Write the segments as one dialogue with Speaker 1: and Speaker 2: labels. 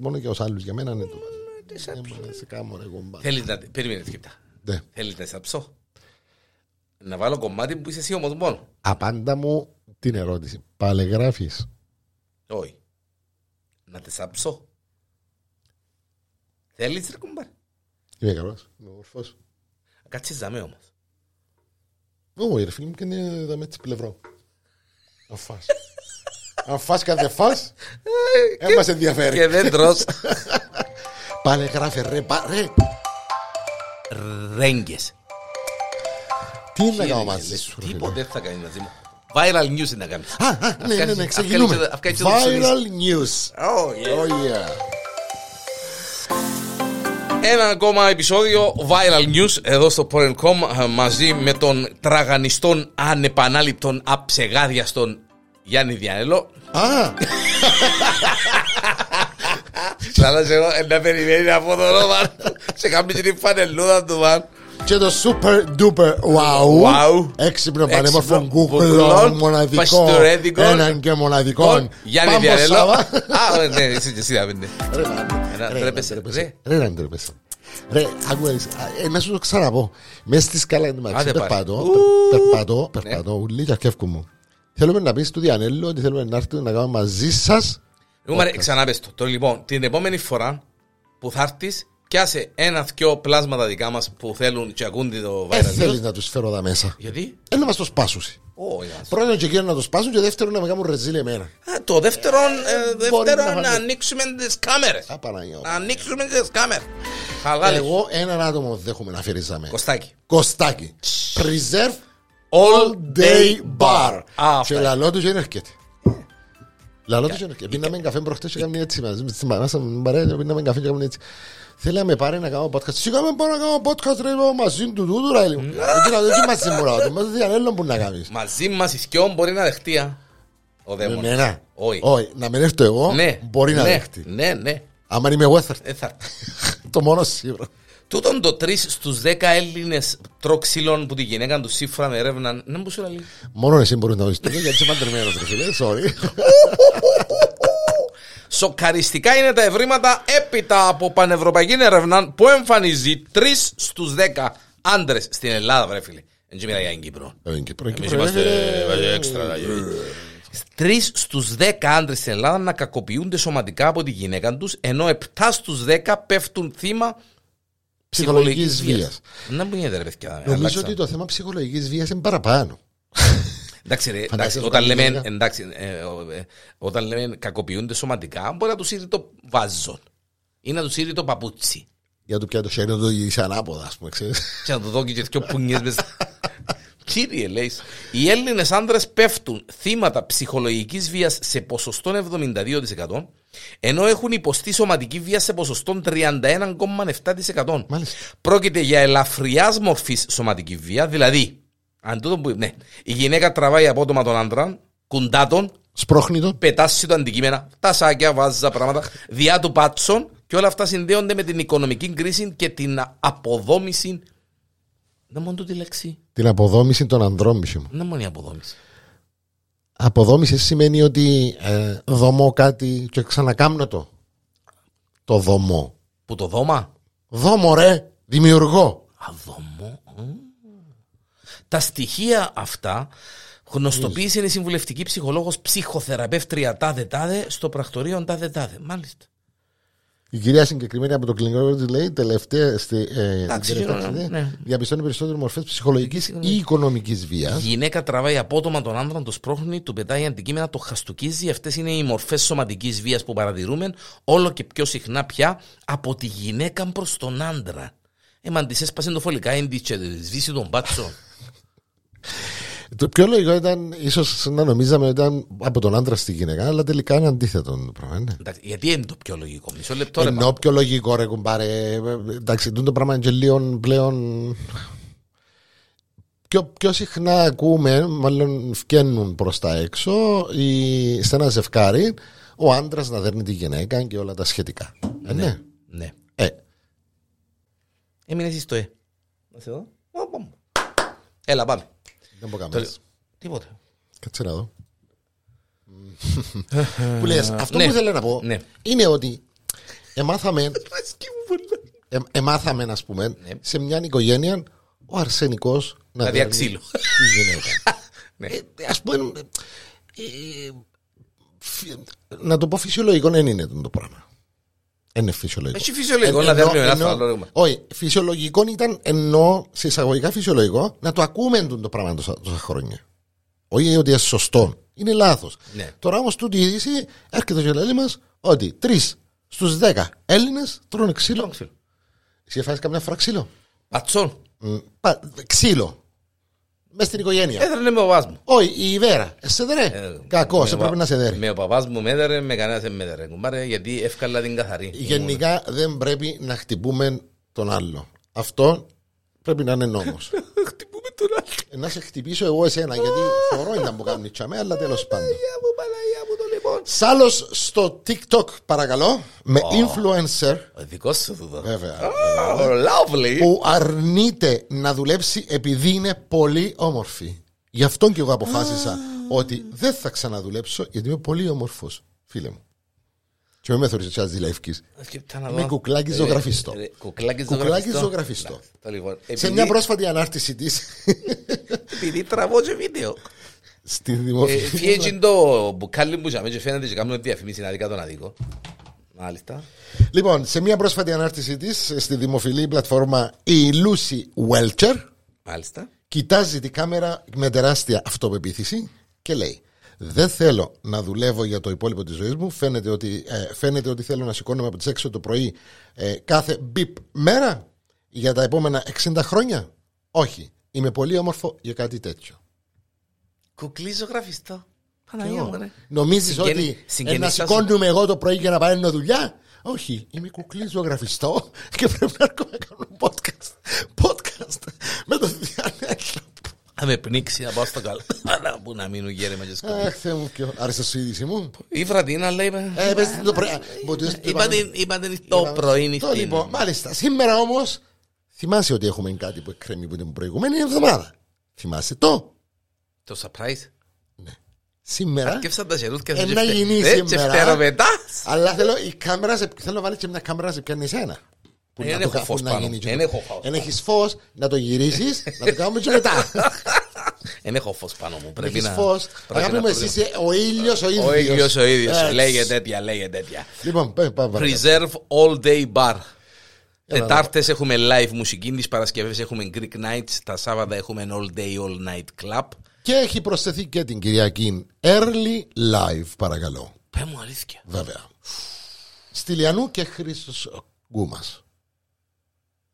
Speaker 1: μόνο για του άλλους. Για μένα είναι το
Speaker 2: τι
Speaker 1: Δεν
Speaker 2: σάπιο.
Speaker 1: μπορώ να σε κάνω ρε κομπά.
Speaker 2: Θέλεις να. Περίμενε, σκεπτά.
Speaker 1: Ναι.
Speaker 2: Θέλεις να σαψώ. Να βάλω κομμάτι που είσαι εσύ όμως μόνος.
Speaker 1: Απάντα μου την ερώτηση. Παλεγράφεις.
Speaker 2: Όχι. Να τη σαψώ. Θέλεις ρε κουμπάρ.
Speaker 1: Είμαι καλός. Είμαι μορφό.
Speaker 2: Κάτσε ζαμέ όμως.
Speaker 1: Όχι, ρε φίλε μου και είναι δαμέ τη πλευρό. Αν φας. Αν φας και αν δεν φας, δεν μας ενδιαφέρει.
Speaker 2: Και δεν τρως
Speaker 1: Παλεγράφε ρε, πα- ρε.
Speaker 2: ρέγγες.
Speaker 1: Τι είναι να
Speaker 2: Τι
Speaker 1: κάνω
Speaker 2: είναι,
Speaker 1: μαζί
Speaker 2: λέει,
Speaker 1: σου, ρε
Speaker 2: Τίποτε
Speaker 1: φίλε.
Speaker 2: δεν θα κάνει μαζί μου. Viral news είναι να κάνεις.
Speaker 1: Α, α, ναι, ναι, ναι,
Speaker 2: Αφκάνεις-
Speaker 1: ξεκινούμε.
Speaker 2: αφκάνεις το
Speaker 1: Viral news. Oh yeah.
Speaker 2: Ένα ακόμα επεισόδιο Viral News εδώ στο Porn.com ε, μαζί με τον τραγανιστόν ανεπανάληπτον αψεγάδιαστον Γιάννη Διανέλο.
Speaker 1: Α,
Speaker 2: Καλά σε εγώ, ε, να περιμένει να πω το όνομα του. σε καμπίζει την φανελούδα του μαν.
Speaker 1: και το super duper wow.
Speaker 2: Wow.
Speaker 1: Έξυπνο
Speaker 2: Έξυπνο,
Speaker 1: πανέμορφο
Speaker 2: κουκλό,
Speaker 1: κούκλο μοναδικό.
Speaker 2: παστορέδικο.
Speaker 1: Έναν και μοναδικός.
Speaker 2: Γιάννη
Speaker 1: Πάμε,
Speaker 2: Διανέλο.
Speaker 1: Σάβα.
Speaker 2: Α, ναι, είσαι και εσύ να μην είναι.
Speaker 1: Ρε, μάνα.
Speaker 2: Ένα,
Speaker 1: Ρε,
Speaker 2: τρέπεσαι,
Speaker 1: να
Speaker 2: ρε.
Speaker 1: Ρε, να μην τρέπεσαι. Ρε, άκουα, ε, να σου το ξαναπώ. Μες στη σκάλα του Μαξί,
Speaker 2: Άντε, πάρε.
Speaker 1: περπατώ,
Speaker 2: Ου, Ναι.
Speaker 1: περ- περπατώ, περπατώ, ουλί και αρκεύκουν μου. Θέλουμε να πεις του Διανέλου ότι θέλουμε να έρθουμε να κάνουμε μαζί σας.
Speaker 2: Λοιπόν, ρε, ξανά πες το. Το λοιπόν, την επόμενη φορά που θα έρθεις, πιάσε ένα-δυο πλάσματα δικά μας που θέλουν και ακούν το
Speaker 1: Δεν
Speaker 2: Viral News.
Speaker 1: Ε, θέλεις να τους φέρω εδώ μέσα.
Speaker 2: Γιατί?
Speaker 1: Ένα μας το σπάσουσι.
Speaker 2: Όχι, ας.
Speaker 1: Πρώτον και εκείνο να το σπάσουν και δεύτερον να με κάνουν ρεζίλ εμένα.
Speaker 2: Α, Το δεύτερο, ε,
Speaker 1: μπορεί να
Speaker 2: δεύτερο να
Speaker 1: φανεί.
Speaker 2: ανοίξουμε τις κάμερες.
Speaker 1: Α, Παναγιά μου.
Speaker 2: Να ανοίξουμε τις κάμερες. Χαλάλη.
Speaker 1: Εγώ έναν άτομο δέχομαι να φυρίζαμε.
Speaker 2: Κωστάκι.
Speaker 1: Κωστάκι. Preserve
Speaker 2: All
Speaker 1: Day Bar.
Speaker 2: Α,
Speaker 1: Και
Speaker 2: αυτά.
Speaker 1: λαλό του και είναι αρκετή. Λαλό του και είναι αρκετή. Πίναμε καφέ προχτές και κάνουμε έτσι. μαζί- Στη μανάσα μου παρέα και πίναμε καφέ και κάνουμε έτσι. Θέλαμε πάρει να κάνω podcast. Σιγά με πάρει να κάνω podcast ρε μα, μαζί του τούτου ρε. λέω. Έτσι να δω τι μαζί μου ρε. Μας διανέλω που να κάνεις.
Speaker 2: Μαζί μας οι δυο μπορεί να δεχτεί, α. Ο
Speaker 1: Ναι,
Speaker 2: δαίμονας.
Speaker 1: Εμένα.
Speaker 2: Όχι.
Speaker 1: Όχι. Να μην έρθω εγώ
Speaker 2: Ναι.
Speaker 1: μπορεί να
Speaker 2: Ναι.
Speaker 1: δέχτη.
Speaker 2: Ναι, ναι.
Speaker 1: Άμα είμαι εγώ θα έρθει.
Speaker 2: Ε, θα έρθει.
Speaker 1: Το μόνο σίγουρο.
Speaker 2: Τούτον το τρεις στους 10 Έλληνες τροξυλών που τη γυναίκα τους σύμφωνα με έρευναν. Ναι, μου σου λέει.
Speaker 1: Μόνο εσύ μπορείς να δεις το γιατί είσαι παντρεμένος ρε φίλε. Sorry.
Speaker 2: Σοκαριστικά είναι τα ευρήματα έπειτα από πανευρωπαϊκή έρευνα που εμφανίζει 3 στου 10 άντρες στην Ελλάδα, βρε φίλε. Δεν μιλάει για την Κύπρο.
Speaker 1: Ε, και πρώην
Speaker 2: Εμείς
Speaker 1: Κύπρο,
Speaker 2: είμαστε
Speaker 1: ε,
Speaker 2: βάζει έξτρα. Τρεις στους 10 άντρες στην Ελλάδα να κακοποιούνται σωματικά από τη γυναίκα τους, ενώ 7 στου 10 πέφτουν θύμα
Speaker 1: Ψυχολογικής
Speaker 2: ψυχολογικής
Speaker 1: βίας. Ε,
Speaker 2: Να μου γίνεται ρε παιδιά.
Speaker 1: Νομίζω
Speaker 2: αλλάξαμε.
Speaker 1: ότι το θέμα ψυχολογικής βίας είναι παραπάνω.
Speaker 2: Εντάξει, ρε, εντάξει,
Speaker 1: Φαντάζεσαι
Speaker 2: όταν,
Speaker 1: όταν
Speaker 2: λέμε,
Speaker 1: γυναίκα-
Speaker 2: εντάξει, ε, ο- ε, όταν λέμε κακοποιούνται σωματικά, μπορεί να τους ήρθε το βάζον ή να τους ήρθε το παπούτσι.
Speaker 1: Για το πια το χέρι το γυρίσει ανάποδα, ας πούμε, ξέρεις.
Speaker 2: Και να του δω και δυο πουνιές μες. Κύριε, λέει, οι Έλληνες άντρε πέφτουν θύματα ψυχολογικής βίας σε ποσοστό 72%, ενώ έχουν υποστεί σωματική βία σε ποσοστό 31,7%.
Speaker 1: Μάλιστα.
Speaker 2: Πρόκειται για ελαφριάς μορφής σωματική βία, δηλαδή, αν τούτο που, ναι, η γυναίκα τραβάει απότομα τον άντρα, κουντά τον,
Speaker 1: Σπρώχνητο.
Speaker 2: πετάσει το αντικείμενα, τα σάκια, βάζα πράγματα, διά του πάτσων και όλα αυτά συνδέονται με την οικονομική κρίση και την αποδόμηση. Να μόνο τη λέξη.
Speaker 1: Την αποδόμηση των ανδρών μισή μου.
Speaker 2: Να μόνο η αποδόμηση.
Speaker 1: Αποδόμηση σημαίνει ότι ε, δομώ κάτι και ξανακάμνω το. Το δομώ.
Speaker 2: Που το δώμα.
Speaker 1: Δόμω ρε, δημιουργώ.
Speaker 2: Αδωμό. Μμ. Τα στοιχεία αυτά γνωστοποίησε η συμβουλευτική ψυχολόγος ψυχοθεραπεύτρια τάδε τάδε στο πρακτορείο τάδε τάδε. Μάλιστα.
Speaker 1: Η κυρία συγκεκριμένη από το κλινικό της λέει τελευταία στη, ε,
Speaker 2: Εντάξει,
Speaker 1: την τελευταία
Speaker 2: ναι,
Speaker 1: στιγμή,
Speaker 2: ναι.
Speaker 1: διαπιστώνει περισσότερο μορφές ψυχολογικής ή οικονομικής βίας.
Speaker 2: Η γυναίκα τραβάει απότομα τον άντρα, το σπρώχνει, του πετάει αντικείμενα, το χαστοκίζει. Αυτές είναι οι μορφές σωματικής βίας που παρατηρούμε όλο και πιο συχνά πια από τη γυναίκα προς τον άντρα. Ε, μα τη έσπασε το φωλικά, έντυχε, σβήσει τον μπάτσο.
Speaker 1: Το πιο λογικό ήταν ίσως να νομίζαμε ότι ήταν από τον άντρα στη γυναίκα, αλλά τελικά είναι αντίθετο το πράγμα. Ναι.
Speaker 2: Εντάξει, Γιατί είναι το πιο λογικό, μισό λεπτό ρε.
Speaker 1: Ενώ πιο λογικό ρε κουμπάρε. ε, Εντάξει, τούτο πράγμα είναι και λίγο πλέον. Πιο, πιο συχνά ακούμε, μάλλον βγαίνουν προς τα έξω, η, σε ένα ζευκάρι, ο άντρας να δέρνει τη γυναίκα και όλα τα σχετικά. Ε, ναι.
Speaker 2: Ναι.
Speaker 1: Ε,
Speaker 2: Έμεινες εσύ στο ε. Να σε δω. Ω, πάμε. Έλα, πάμε.
Speaker 1: δεν μπορώ να
Speaker 2: Το-
Speaker 1: κάνω.
Speaker 2: Τίποτε.
Speaker 1: Κάτσε να δω. που λες, αυτό
Speaker 2: ναι.
Speaker 1: που ήθελα να πω
Speaker 2: Ναι.
Speaker 1: είναι ότι Εμάθαμε, ε, εμάθαμε ας πούμε, σε μια οικογένεια ο αρσενικός να
Speaker 2: Ναι. Να
Speaker 1: διαλύει
Speaker 2: διαξύλω.
Speaker 1: Τη γυναίκα.
Speaker 2: Ναι.
Speaker 1: Α ε, πούμε. ε, φυ- να το πω φυσιολογικό δεν είναι το πράγμα. Δεν είναι φυσιολογικό.
Speaker 2: Έχει φυσιολογικό να δεν
Speaker 1: Ενώ-
Speaker 2: βλέπουμε ένα
Speaker 1: ενώ-
Speaker 2: άλλο ρεύμα.
Speaker 1: Όχι, φυσιολογικό ήταν ενώ σε εισαγωγικά φυσιολογικό να το ακούμε τούτο το πράγμα τόσα, τόσα χρόνια. Όχι ότι είναι σωστό. Είναι λάθος.
Speaker 2: Ναι.
Speaker 1: Τώρα όμως τούτη η είδηση έρχεται και λέει μας ότι τρεις στους δέκα Έλληνες τρώνε ξύλο. Εσύ φάει καμιά φορά ξύλο.
Speaker 2: Πατσόν.
Speaker 1: Μ, πα- ξύλο. Μες στην οικογένεια.
Speaker 2: Έδρανε με ο παπάς μου.
Speaker 1: Όχι, η Ιβέρα. Σε
Speaker 2: Ε,
Speaker 1: δρέ. Κακός,
Speaker 2: με
Speaker 1: σε
Speaker 2: ο
Speaker 1: πρέπει
Speaker 2: πα-
Speaker 1: να σε δέρει.
Speaker 2: Με ο παπάς μου με έδερε, με κανένας δεν με έδερε. Κουμπάρε, γιατί εύκολα την καθαρή.
Speaker 1: Γενικά δεν πρέπει να χτυπούμε τον άλλο. Αυτό πρέπει να είναι νόμος. Ε,
Speaker 2: Χτυπούμε τον άλλο.
Speaker 1: να σε χτυπήσω εγώ εσένα, γιατί θεωρώ ήταν που κάνει τσαμέ, αλλά τέλος πάντων.
Speaker 2: μου, Παναγία μου, το λοιπόν.
Speaker 1: Σ' άλλος στο TikTok, παρακαλώ, με influencer
Speaker 2: Ο δικός σου τούτο.
Speaker 1: Βέβαια.
Speaker 2: Α, Lovely.
Speaker 1: Ε, που αρνείται να δουλέψει επειδή είναι πολύ όμορφη. Γι' αυτό και εγώ αποφάσισα ότι δεν θα ξαναδουλέψω γιατί είμαι πολύ όμορφος, φίλε μου. Και με μέθορης τσάς δηλεύκης.
Speaker 2: Σκεφτά να
Speaker 1: με
Speaker 2: δω.
Speaker 1: κουκλάκι
Speaker 2: Ε,
Speaker 1: ζωγραφιστό.
Speaker 2: ε, Κουκλάκι
Speaker 1: Κουκλάκι
Speaker 2: ζωγραφιστό.
Speaker 1: ζωγραφιστό.
Speaker 2: Να, το λοιπόν.
Speaker 1: Σε
Speaker 2: Επειδή-
Speaker 1: μια πρόσφατη ανάρτηση της
Speaker 2: Επειδή τραβώ και βίντεο.
Speaker 1: στη
Speaker 2: Ε, Φύγε
Speaker 1: δημοσιογραφία.
Speaker 2: τζιν το μπουκάλι μου για μένα και φαίνεται και κάνουν διαφημίσεις να δικά τον αδικό. Μάλιστα.
Speaker 1: Λοιπόν, σε μια πρόσφατη ανάρτηση της στη δημοφιλή πλατφόρμα η Lucy Welcher
Speaker 2: Μάλιστα.
Speaker 1: κοιτάζει τη κάμερα με τεράστια αυτοπεποίθηση και λέει δεν θέλω να δουλεύω για το υπόλοιπο της ζωής μου. Φαίνεται ότι, ε, φαίνεται ότι θέλω να σηκώνομαι από τις 6 το πρωί ε, κάθε μπιπ μέρα για τα επόμενα 60 χρόνια. Όχι. Είμαι πολύ όμορφο για κάτι τέτοιο.
Speaker 2: Κουκλί ζωγραφιστό. Παναγία μου, ρε.
Speaker 1: Νομίζεις
Speaker 2: Συγγενη-
Speaker 1: ότι ε,
Speaker 2: συγγενιστάς
Speaker 1: να σηκώνουμε εγώ το πρωί για να πάω να δουλειά. Όχι, είμαι κουκλής ζωγραφιστό και πρέπει να έρχομαι να κάνω podcast. Podcast με το διάλογο.
Speaker 2: Θα με πνίξει να πάω στο καλό. Αλλά που να μείνουν γέρεμα και σκοπή.
Speaker 1: Αχ, Θεέ μου, ποιο. Άρεσε σου η είδηση μου.
Speaker 2: Η βραδινά λέει. με-
Speaker 1: Ε, πες την το πρωί. Μπορεί να σου το
Speaker 2: Είπα
Speaker 1: πάμε-
Speaker 2: την- Είπα την το πρωί
Speaker 1: Το
Speaker 2: νυχτή.
Speaker 1: λοιπόν, μάλιστα. Σήμερα όμως, θυμάσαι ότι έχουμε κάτι που εκκρέμει από την προηγούμενη εβδομάδα. Θυμάσαι το.
Speaker 2: Το surprise.
Speaker 1: Σήμερα.
Speaker 2: Αρκεύσα τα γερούθκια σου
Speaker 1: Ε,
Speaker 2: και
Speaker 1: να
Speaker 2: φτε-
Speaker 1: γίνει
Speaker 2: Ε,
Speaker 1: σήμερα.
Speaker 2: Και φταίρω μετά.
Speaker 1: Αλλά θέλω η κάμερα σε, θέλω να βάλεις και μια κάμερα να σε πιάνει εσένα. Που
Speaker 2: Ε, Δεν
Speaker 1: να το
Speaker 2: έχω
Speaker 1: κα-
Speaker 2: φως
Speaker 1: που να
Speaker 2: πάνω.
Speaker 1: γίνει και
Speaker 2: Δεν
Speaker 1: το-
Speaker 2: έχω φως.
Speaker 1: Εν έχεις φως, να το γυρίσεις, να το κάνουμε και μετά.
Speaker 2: Δεν έχω φως πάνω μου. Πρέπει
Speaker 1: Έχεις
Speaker 2: να...
Speaker 1: φως.
Speaker 2: πρέπει
Speaker 1: Αγάπη
Speaker 2: να
Speaker 1: μου,
Speaker 2: το
Speaker 1: εσύ
Speaker 2: δω.
Speaker 1: είσαι ο ήλιος ο ίδιος.
Speaker 2: Ο ίδιος ο ίδιος.
Speaker 1: Έτσι.
Speaker 2: Λέγε τέτοια, λέγε τέτοια.
Speaker 1: Λοιπόν, πάμε πάμε παρακάτω.
Speaker 2: Preserve All Day Bar.
Speaker 1: Έλα,
Speaker 2: Τετάρτες έχουμε live μουσική, τις Παρασκευές έχουμε Greek Nights, τα Σάββατα έχουμε All Day All Night Club.
Speaker 1: Και έχει προσθεθεί και την Κυριακή Early Live, παρακαλώ.
Speaker 2: Πε μου αλήθεια.
Speaker 1: Βέβαια. Στυλιανού και Χρήστος Γκούμας.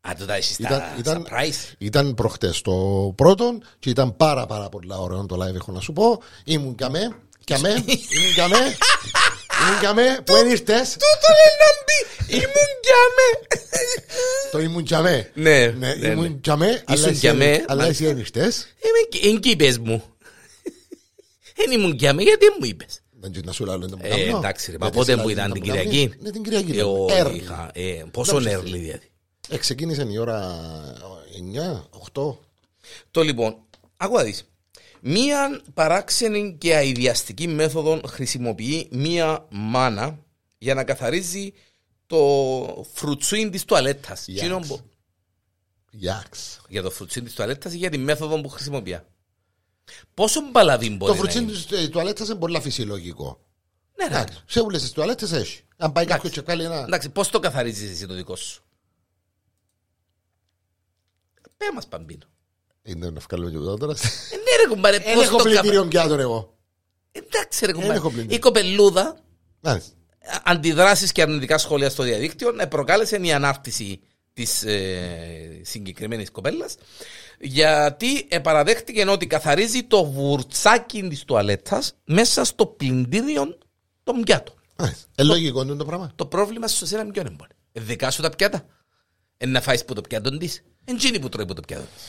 Speaker 2: Α, το τα εσείς
Speaker 1: Ήταν-
Speaker 2: τα
Speaker 1: ήταν-
Speaker 2: surprise.
Speaker 1: Ήταν προχτές το πρώτο και ήταν πάρα πάρα πολλά ωραίο το live, έχω να σου πω. Ήμουν καμέ, καμέ, ήμουν καμέ, ήμουν καμέ, που δεν ήρθες,
Speaker 2: Τούτο λέει να μπει. Ήμουν για με.
Speaker 1: το ήμουν καμέ.
Speaker 2: Ναι,
Speaker 1: Ναι,
Speaker 2: ναι, ναι.
Speaker 1: ήμουν καμέ, αλλά εσύ
Speaker 2: καμέ,
Speaker 1: δεν- αλλά εσύ
Speaker 2: μάλιστα.
Speaker 1: δεν ήρθες.
Speaker 2: Είμαι εν κι πες μου. Δεν ήμουν για με γιατί μου είπες.
Speaker 1: Δεν ξέρω να σου λέω, δεν το
Speaker 2: Ε,
Speaker 1: κάνω.
Speaker 2: εντάξει, ρε, μα
Speaker 1: Γιατί
Speaker 2: πότε
Speaker 1: σε
Speaker 2: που
Speaker 1: λαλούν
Speaker 2: ήταν
Speaker 1: τα
Speaker 2: την
Speaker 1: μπουκάμια.
Speaker 2: Κυριακή?
Speaker 1: Ναι, την Κυριακή.
Speaker 2: Ε, ο-
Speaker 1: Early.
Speaker 2: είχα, ε, Πόσο
Speaker 1: Να
Speaker 2: early δηλαδή.
Speaker 1: Ε, Ξεκίνησε η ώρα 9, 8.
Speaker 2: Το λοιπόν, άκουγα δεις. Μία παράξενη και αειδιαστική μέθοδο χρησιμοποιεί μία μάνα για να καθαρίζει το φρουτσούιν της τουαλέτας.
Speaker 1: Γιάξ.
Speaker 2: Εκείνο που-
Speaker 1: Γιάξ.
Speaker 2: Για το φρουτσίν της τουαλέτας ή για τη μέθοδο που χρησιμοποιεί. Πόσο μπαλαβή μπορεί
Speaker 1: Το
Speaker 2: να
Speaker 1: φρουτσίν
Speaker 2: είναι.
Speaker 1: της ε, τουαλέτας είναι πολύ φυσιολογικό.
Speaker 2: Ναι, ρε.
Speaker 1: Εντάξει, Σε όλες τις τουαλέτες έχει. Αν πάει κάποιος και βγάλει ένα.
Speaker 2: Εντάξει, πώς το καθαρίζεις εσύ το δικό σου. Πέ μας παμπίνο.
Speaker 1: Είναι να βγάλουμε και εδώ τώρα.
Speaker 2: Ε, ναι ρε κουμπάρε,
Speaker 1: Δεν
Speaker 2: πώς
Speaker 1: έχω
Speaker 2: το καθαρίζεις.
Speaker 1: πλυντήριο πιάτων εγώ.
Speaker 2: Εντάξει ρε
Speaker 1: έχω
Speaker 2: κουμπάρε.
Speaker 1: πλυντήριο.
Speaker 2: Η κοπελούδα
Speaker 1: Να,
Speaker 2: αντιδράσεις και αρνητικά σχόλια στο διαδίκτυο ε, προκάλεσε η ανάρτηση της ε, συγκεκριμένης κοπέλας γιατί ε, παραδέχτηκε ότι καθαρίζει το βουρτσάκι της τουαλέτας μέσα στο πλυντήριο των πιάτων.
Speaker 1: να, Ε, λογικό είναι το πράγμα.
Speaker 2: Το πρόβλημα σου σε ένα ποιον εμπόρε. Ε, δικά σου τα πιάτα. Ε, να φάεις που το πιάτο της. Εν τζίνι που τρώει που το πιάτο της.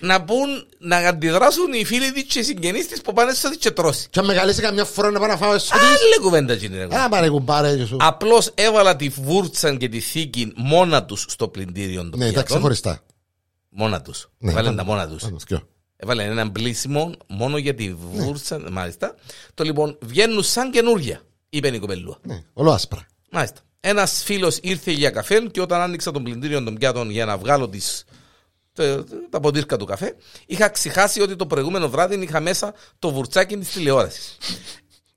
Speaker 2: Να πούν, να αντιδράσουν οι φίλοι της και οι συγγενείς της που πάνε στο της και τρώσει.
Speaker 1: Και αν με καλέσει καμιά φορά να πάω να φάω εσύ.
Speaker 2: Άλλη κουβέντα γίνει ρε.
Speaker 1: Άρα πάρε κουμπάρε και σου.
Speaker 2: Απλώς έβαλα τη βούρτσαν και τη θήκη μόνα τους στο πλυντήριο των
Speaker 1: Ναι, τα
Speaker 2: πιάτων.
Speaker 1: ξεχωριστά.
Speaker 2: Μόνα τους.
Speaker 1: Ναι,
Speaker 2: Έβαλε
Speaker 1: πάμε.
Speaker 2: τα μόνα τους.
Speaker 1: Πάμε, σκιο.
Speaker 2: Έβαλε έναν πλήσιμο μόνο για
Speaker 1: Ναι.
Speaker 2: τη βούρτσαν. Μάλιστα. Το λοιπόν βγαίνουν σαν καινούργια, είπε η κοπελούα.
Speaker 1: Ναι, όλο άσπρα.
Speaker 2: Μάλιστα. Ένας φίλος ήρθε για καφέ και όταν άνοιξα τον πλυντήριο των πιάτων για να βγάλω τις, τε- τα ποτήρκα του καφέ, είχα ξεχάσει ότι το προηγούμενο βράδυ είχα μέσα το βουρτσάκι της τηλεόρασης.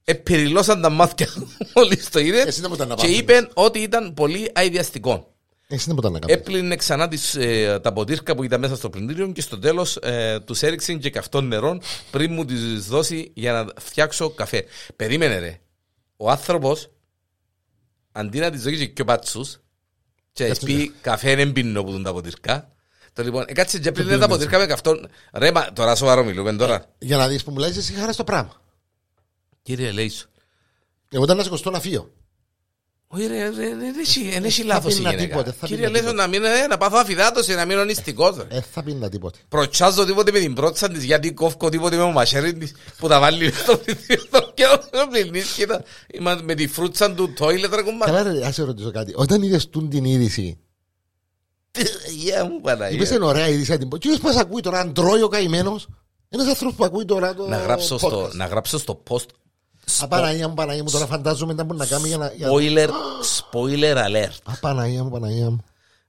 Speaker 2: Επεριλώσαν τα μάτια όλοι στο είδε
Speaker 1: Εσύ δεν μπορείς να
Speaker 2: και
Speaker 1: πάθεις.
Speaker 2: είπαν ότι ήταν πολύ αειδιαστικό.
Speaker 1: Εσύ δεν μπορείς να κάνεις.
Speaker 2: Έπλυνε ξανά τις, ε, τα ποτήρκα που ήταν μέσα στο πλυντήριο και στο τέλος ε, τους έριξε και καυτό νερό πριν μου τις δώσει για να φτιάξω καφέ. Περίμενε, ρε. Ο άνθρωπος αντί να τη δώσει και πατσούς, και να της πει καφέ δεν πίνω που δουν τα ποτήρκα. Το λοιπόν, ε, κάτσε και πλύνε τα ποτήρκα με καυτό. Ρε, μα τώρα σοβαρό μιλούμε τώρα.
Speaker 1: Για να δεις που μου λέει εσύ χαράς στο πράγμα.
Speaker 2: Κύριε Λέισο.
Speaker 1: Εγώ ήταν να σηκωστώ να φύγω.
Speaker 2: Όχι ρε, ρε, ρε, δεν έχει- Ε, δεν έχει
Speaker 1: θα
Speaker 2: λάθος η
Speaker 1: πίνα τίποτε,
Speaker 2: γυναίκα.
Speaker 1: θα
Speaker 2: Κύριε
Speaker 1: πίνα
Speaker 2: Λέισο, να μην ε, να πάθω αφιδάτωση, να μείνω νηστικός. ρε.
Speaker 1: Ε, θα πίνα τίποτε.
Speaker 2: προτσάζω τίποτε με την πρότσα της γιατί κόφκω τίποτε με το μαχαίρι της που τα βάλει στο πληθύριο και το πληνίσκεται με τη φρούτσα του τόιλετ ρε κουμπά.
Speaker 1: Καλά, ρε, ας σε ρωτήσω κάτι. Όταν είδες τούν την είδηση,
Speaker 2: Γεια μου
Speaker 1: είπε
Speaker 2: Παναγία.
Speaker 1: είναι ωραία είδηση. να την πω. Τι πώς ακούει τώρα, αν τρώει ο καημένος. Ένας άνθρωπος που ακούει τώρα το.
Speaker 2: Να γράψω στο,
Speaker 1: podcast.
Speaker 2: να γράψω στο post
Speaker 1: Απαναγία μου, Παναγία μου, τώρα φαντάζομαι να μπορεί να κάνει για να. για-
Speaker 2: spoiler, spoiler alert.
Speaker 1: Απαναγία μου, Παναγία μου.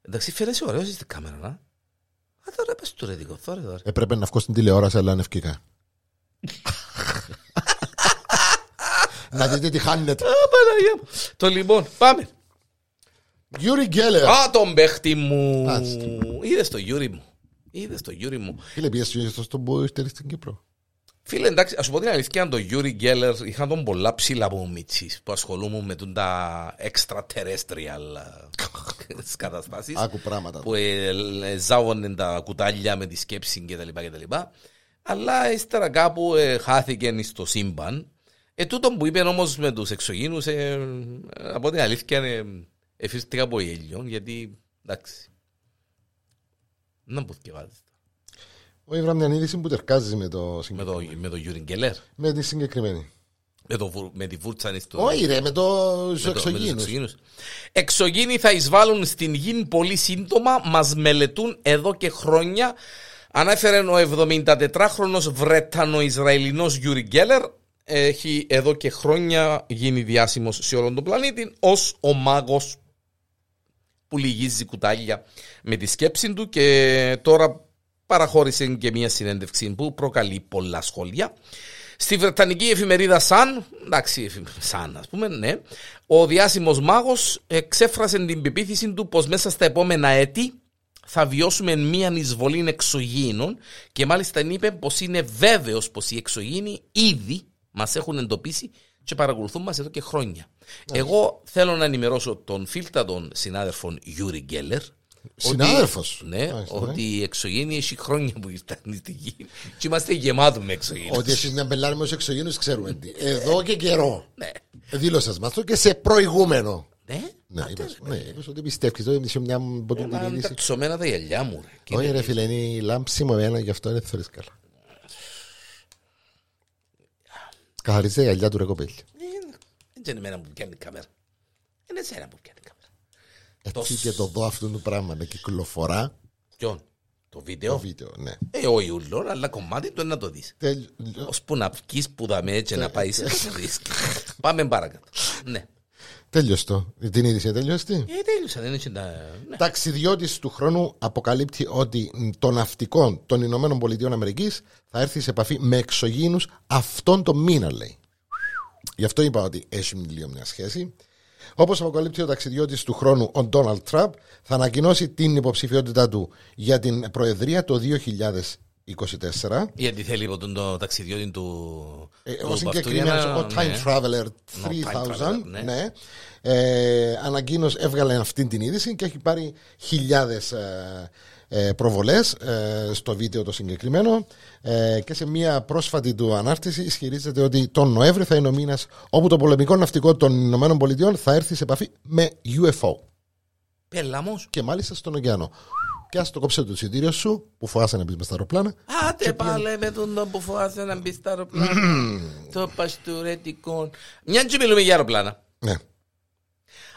Speaker 2: Εντάξει φέρεσαι ωραίος στην κάμερα να. Α τώρα πες του ρε δικό τώρα τώρα.
Speaker 1: Έπρεπε να βγω στην τηλεόραση, αλλά είναι ευκήκα. Να δείτε τι χάνετε.
Speaker 2: Α Παναγία μου. Το λοιπόν πάμε.
Speaker 1: Γιούρι Γκέλερ.
Speaker 2: Α τον παίχτη μου.
Speaker 1: Άστα.
Speaker 2: Είδες το Γιούρι μου. Είδες το Γιούρι μου.
Speaker 1: Φίλε, πιέσαι στο στον που ήρθε στην Κύπρο.
Speaker 2: Φίλε, εντάξει, ας σου πω την αλήθεια, τον Γιούρι Γκέλλερ είχαν τον πολλά ψηλά από μίτσις που ασχολούμουν με τούν τα extraterrestrial καταστάσεις.
Speaker 1: Άκου πράγματα.
Speaker 2: που ε, ε, ζάβωνε τα κουτάλια με τη σκέψη κτλ. κτλ. Αλλά ύστερα κάπου ε, χάθηκε στο σύμπαν. Ε, τούτο που είπε όμως με τους εξωγήνους, ε, από την αλήθεια, ε, εφίστηκα από γέλιο, γιατί εντάξει. Να μου θυκευάζεις
Speaker 1: Ο Ιβραμ μια είδηση που τερκάζει με το
Speaker 2: με
Speaker 1: συγκεκριμένο.
Speaker 2: το, με το Γιούρι Γκέλλερ.
Speaker 1: Με τη συγκεκριμένη.
Speaker 2: Με, το, βου- με τη βούρτσα στο.
Speaker 1: Όχι, ρε, με το
Speaker 2: με το- με τους
Speaker 1: εξωγήινο.
Speaker 2: εξωγήινους. Εξωγήινοι θα εισβάλλουν στην γη πολύ σύντομα. Μας μελετούν εδώ και χρόνια. Ανέφερε ο 74χρονο Βρετανο-Ισραηλινό Γιούρι Γκέλλερ. Έχει εδώ και χρόνια γίνει διάσημος σε όλον τον πλανήτη ως ο μάγος που λυγίζει κουτάλια με τη σκέψη του και τώρα παραχώρησε και μια συνέντευξη που προκαλεί πολλά σχόλια. Στη Βρετανική εφημερίδα Sun, εντάξει, εφη- Sun ας πούμε, ναι, ο διάσημος μάγος εξέφρασε την πεποίθηση του πως μέσα στα επόμενα έτη θα βιώσουμε μια εισβολή εξωγήινων και μάλιστα είπε πως είναι βέβαιος πως οι εξωγήινοι ήδη μας έχουν εντοπίσει και παρακολουθούν μας εδώ και χρόνια. Εγώ θέλω να ενημερώσω τον φίλτα των συνάδελφων Γιούρι Γκέλλερ
Speaker 1: Συνάδελφος.
Speaker 2: ότι- Ναι,
Speaker 1: Μάλιστα,
Speaker 2: ότι η εξωγήινη έχει χρόνια που ήρθαν στη γη και είμαστε γεμάτοι με εξωγήινους.
Speaker 1: ναι. Ότι εσείς να μπελάρει με του εξωγήινους ξέρουμε τι. Εδώ και καιρό.
Speaker 2: Ναι.
Speaker 1: Δήλωσες μας το και σε προηγούμενο.
Speaker 2: Ναι.
Speaker 1: Ναι, είπες, ναι, Ε, είπες ότι πιστεύεις ότι σε μια μποτούν την
Speaker 2: Μα τα
Speaker 1: είδηση.
Speaker 2: ψωμένα τα γυαλιά μου. ρε. Και
Speaker 1: Όχι
Speaker 2: είναι-
Speaker 1: ρε φίλε, είναι η λάμψη μου εμένα, γι' αυτό είναι θεωρείς καλά. Καθαρίζει τα γυαλιά του ρε κοπέλη.
Speaker 2: Ε, Δεν είναι εμένα που πιάνει η κάμερα. Είναι εσένα που πιάνει η κάμερα.
Speaker 1: Έτσι και το δω αυτό το πράγμα να κυκλοφορά
Speaker 2: Ποιον. Το
Speaker 1: το
Speaker 2: βίντεο.
Speaker 1: βίντεο, ναι.
Speaker 2: Ε, ο Ιουλόν, αλλά κομμάτι του είναι να το δεις.
Speaker 1: Τέλειο.
Speaker 2: Ώσπου να βγεις που δαμέ και
Speaker 1: Ναι,
Speaker 2: να πάει σε το δεις. Πάμε παρακάτω. Ναι.
Speaker 1: Τέλειωστο. Την είδηση τέλειωστη.
Speaker 2: Ε, τέλειωσα, δεν είναι τα... ναι.
Speaker 1: Ταξιδιώτης του χρόνου αποκαλύπτει ότι το ναυτικό των Ηνωμένων Πολιτειών Αμερικής θα έρθει σε επαφή με εξωγήινους αυτόν τον μήνα, λέει. Γι' αυτό είπα ότι έχει λίγο μια σχέση. Όπως αποκαλύπτει ο ταξιδιώτης του χρόνου, ο Ντόναλτ Τραμπ θα ανακοινώσει την υποψηφιότητά του για την Προεδρία το 2024.
Speaker 2: Γιατί θέλει από τον το ταξιδιώτη του...
Speaker 1: Ε,
Speaker 2: του
Speaker 1: Ο
Speaker 2: Παυτού για να-
Speaker 1: συγκεκριμένο, ο Time
Speaker 2: ναι.
Speaker 1: Traveler 3000,
Speaker 2: Traveler, ναι.
Speaker 1: ναι. Ε, ανακοίνωσε, έβγαλε αυτή την είδηση και έχει πάρει ε, χιλιάδε προβολές ε, στο βίντεο το συγκεκριμένο. Ε, και σε μία πρόσφατη του ανάρτηση ισχυρίζεται ότι τον Νοέμβριο θα είναι ο μήνας όπου το πολεμικό ναυτικό των Ηνωμένων Πολιτειών θα έρθει σε επαφή με UFO
Speaker 2: Πελαμός.
Speaker 1: και μάλιστα στον ωκεανό. Και ας το κόψε το εισιτήριο σου που φοβάσαι να μπεις μες στα αεροπλάνα.
Speaker 2: Άτε πάλι με τον τόπο που φοβάσαι να μπεις στα αεροπλάνα. Το παστουρετικό. Μια και μιλούμε για αεροπλάνα.
Speaker 1: Ναι.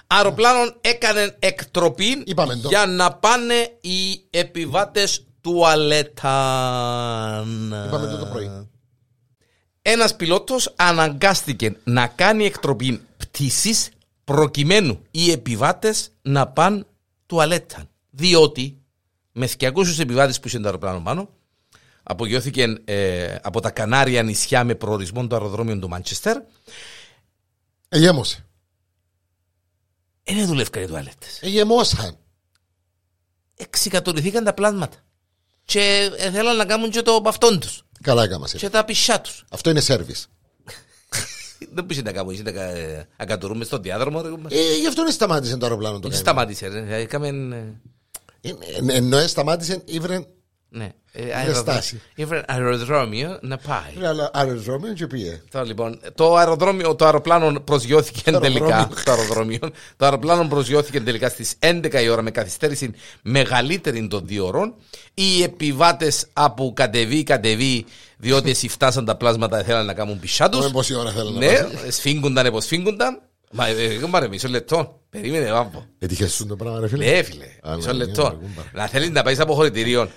Speaker 2: Αεροπλάνων έκανε εκτροπή
Speaker 1: Είπαμε το.
Speaker 2: για να πάνε οι επιβάτες τουαλέτα.
Speaker 1: Είπαμε το το
Speaker 2: Ε,
Speaker 1: πρωί.
Speaker 2: Ένας πιλότος αναγκάστηκε να κάνει εκτροπή πτήσης προκειμένου οι επιβάτες να πάνε τουαλέτα. Διότι με 200 επιβάτες που είσαι το αεροπλάνο πάνω, απογειώθηκε ε, από τα Κανάρια νησιά με προορισμό το αεροδρόμιο του Μάντσεστερ,
Speaker 1: Εγέμωσε.
Speaker 2: δεν δουλεύκαν οι τουαλέτες.
Speaker 1: Εγέμωσαν.
Speaker 2: Εξικατορηθήκαν τα πλάσματα. Και ε, θέλαν να κάνουν και το παυτόν τους.
Speaker 1: Καλά έκανα.
Speaker 2: Και τα πισιά τους.
Speaker 1: Αυτό είναι σερβις.
Speaker 2: Δεν πει να κάνουν, εσύ να κα- ε, ακατορούμε στον διάδρομο. ρε, μα.
Speaker 1: Ε, γι' αυτό δεν σταμάτησε το αεροπλάνο το
Speaker 2: Δεν
Speaker 1: κάνει.
Speaker 2: σταμάτησε. ρε. Έκαμε. ε,
Speaker 1: Ε, Ενώ σταμάτησε, ήβρε
Speaker 2: Ναι. Ε,
Speaker 1: στάση.
Speaker 2: Ήβρε αεροδρόμιο να πάει.
Speaker 1: ήβρε άλλο αεροδρόμιο και πήγε.
Speaker 2: Ε, Τώρα λοιπόν, το αεροδρόμιο, το αεροπλάνο προσγειώθηκε τελικά.
Speaker 1: αεροδρόμιο.
Speaker 2: Το αεροδρόμιο. Το αεροπλάνο προσγειώθηκε τελικά στις 11 η ώρα με καθυστέρηση μεγαλύτερη των δύο ώρων. Οι επιβάτες από κατεβεί, κατεβεί, διότι εσύ φτάσαν τα πλάσματα, θέλαν να κάνουν πισά
Speaker 1: Πάμε
Speaker 2: του.
Speaker 1: πόση ώρα θέλω να
Speaker 2: Ναι,
Speaker 1: πάω.
Speaker 2: σφίγγουνταν, υποσφίγγουνταν. Μα ε, εγώ πάρε μισό λεπτό. Περίμενε, βάμπο.
Speaker 1: Έτυχε σου Ε, το πράγμα, ρε φίλε.
Speaker 2: Ναι, φίλε.
Speaker 1: Α,
Speaker 2: Μισό
Speaker 1: ναι, ναι,
Speaker 2: λεπτό.
Speaker 1: ναι, ναι.
Speaker 2: Να θέλεις να πάεις από χωρητήριο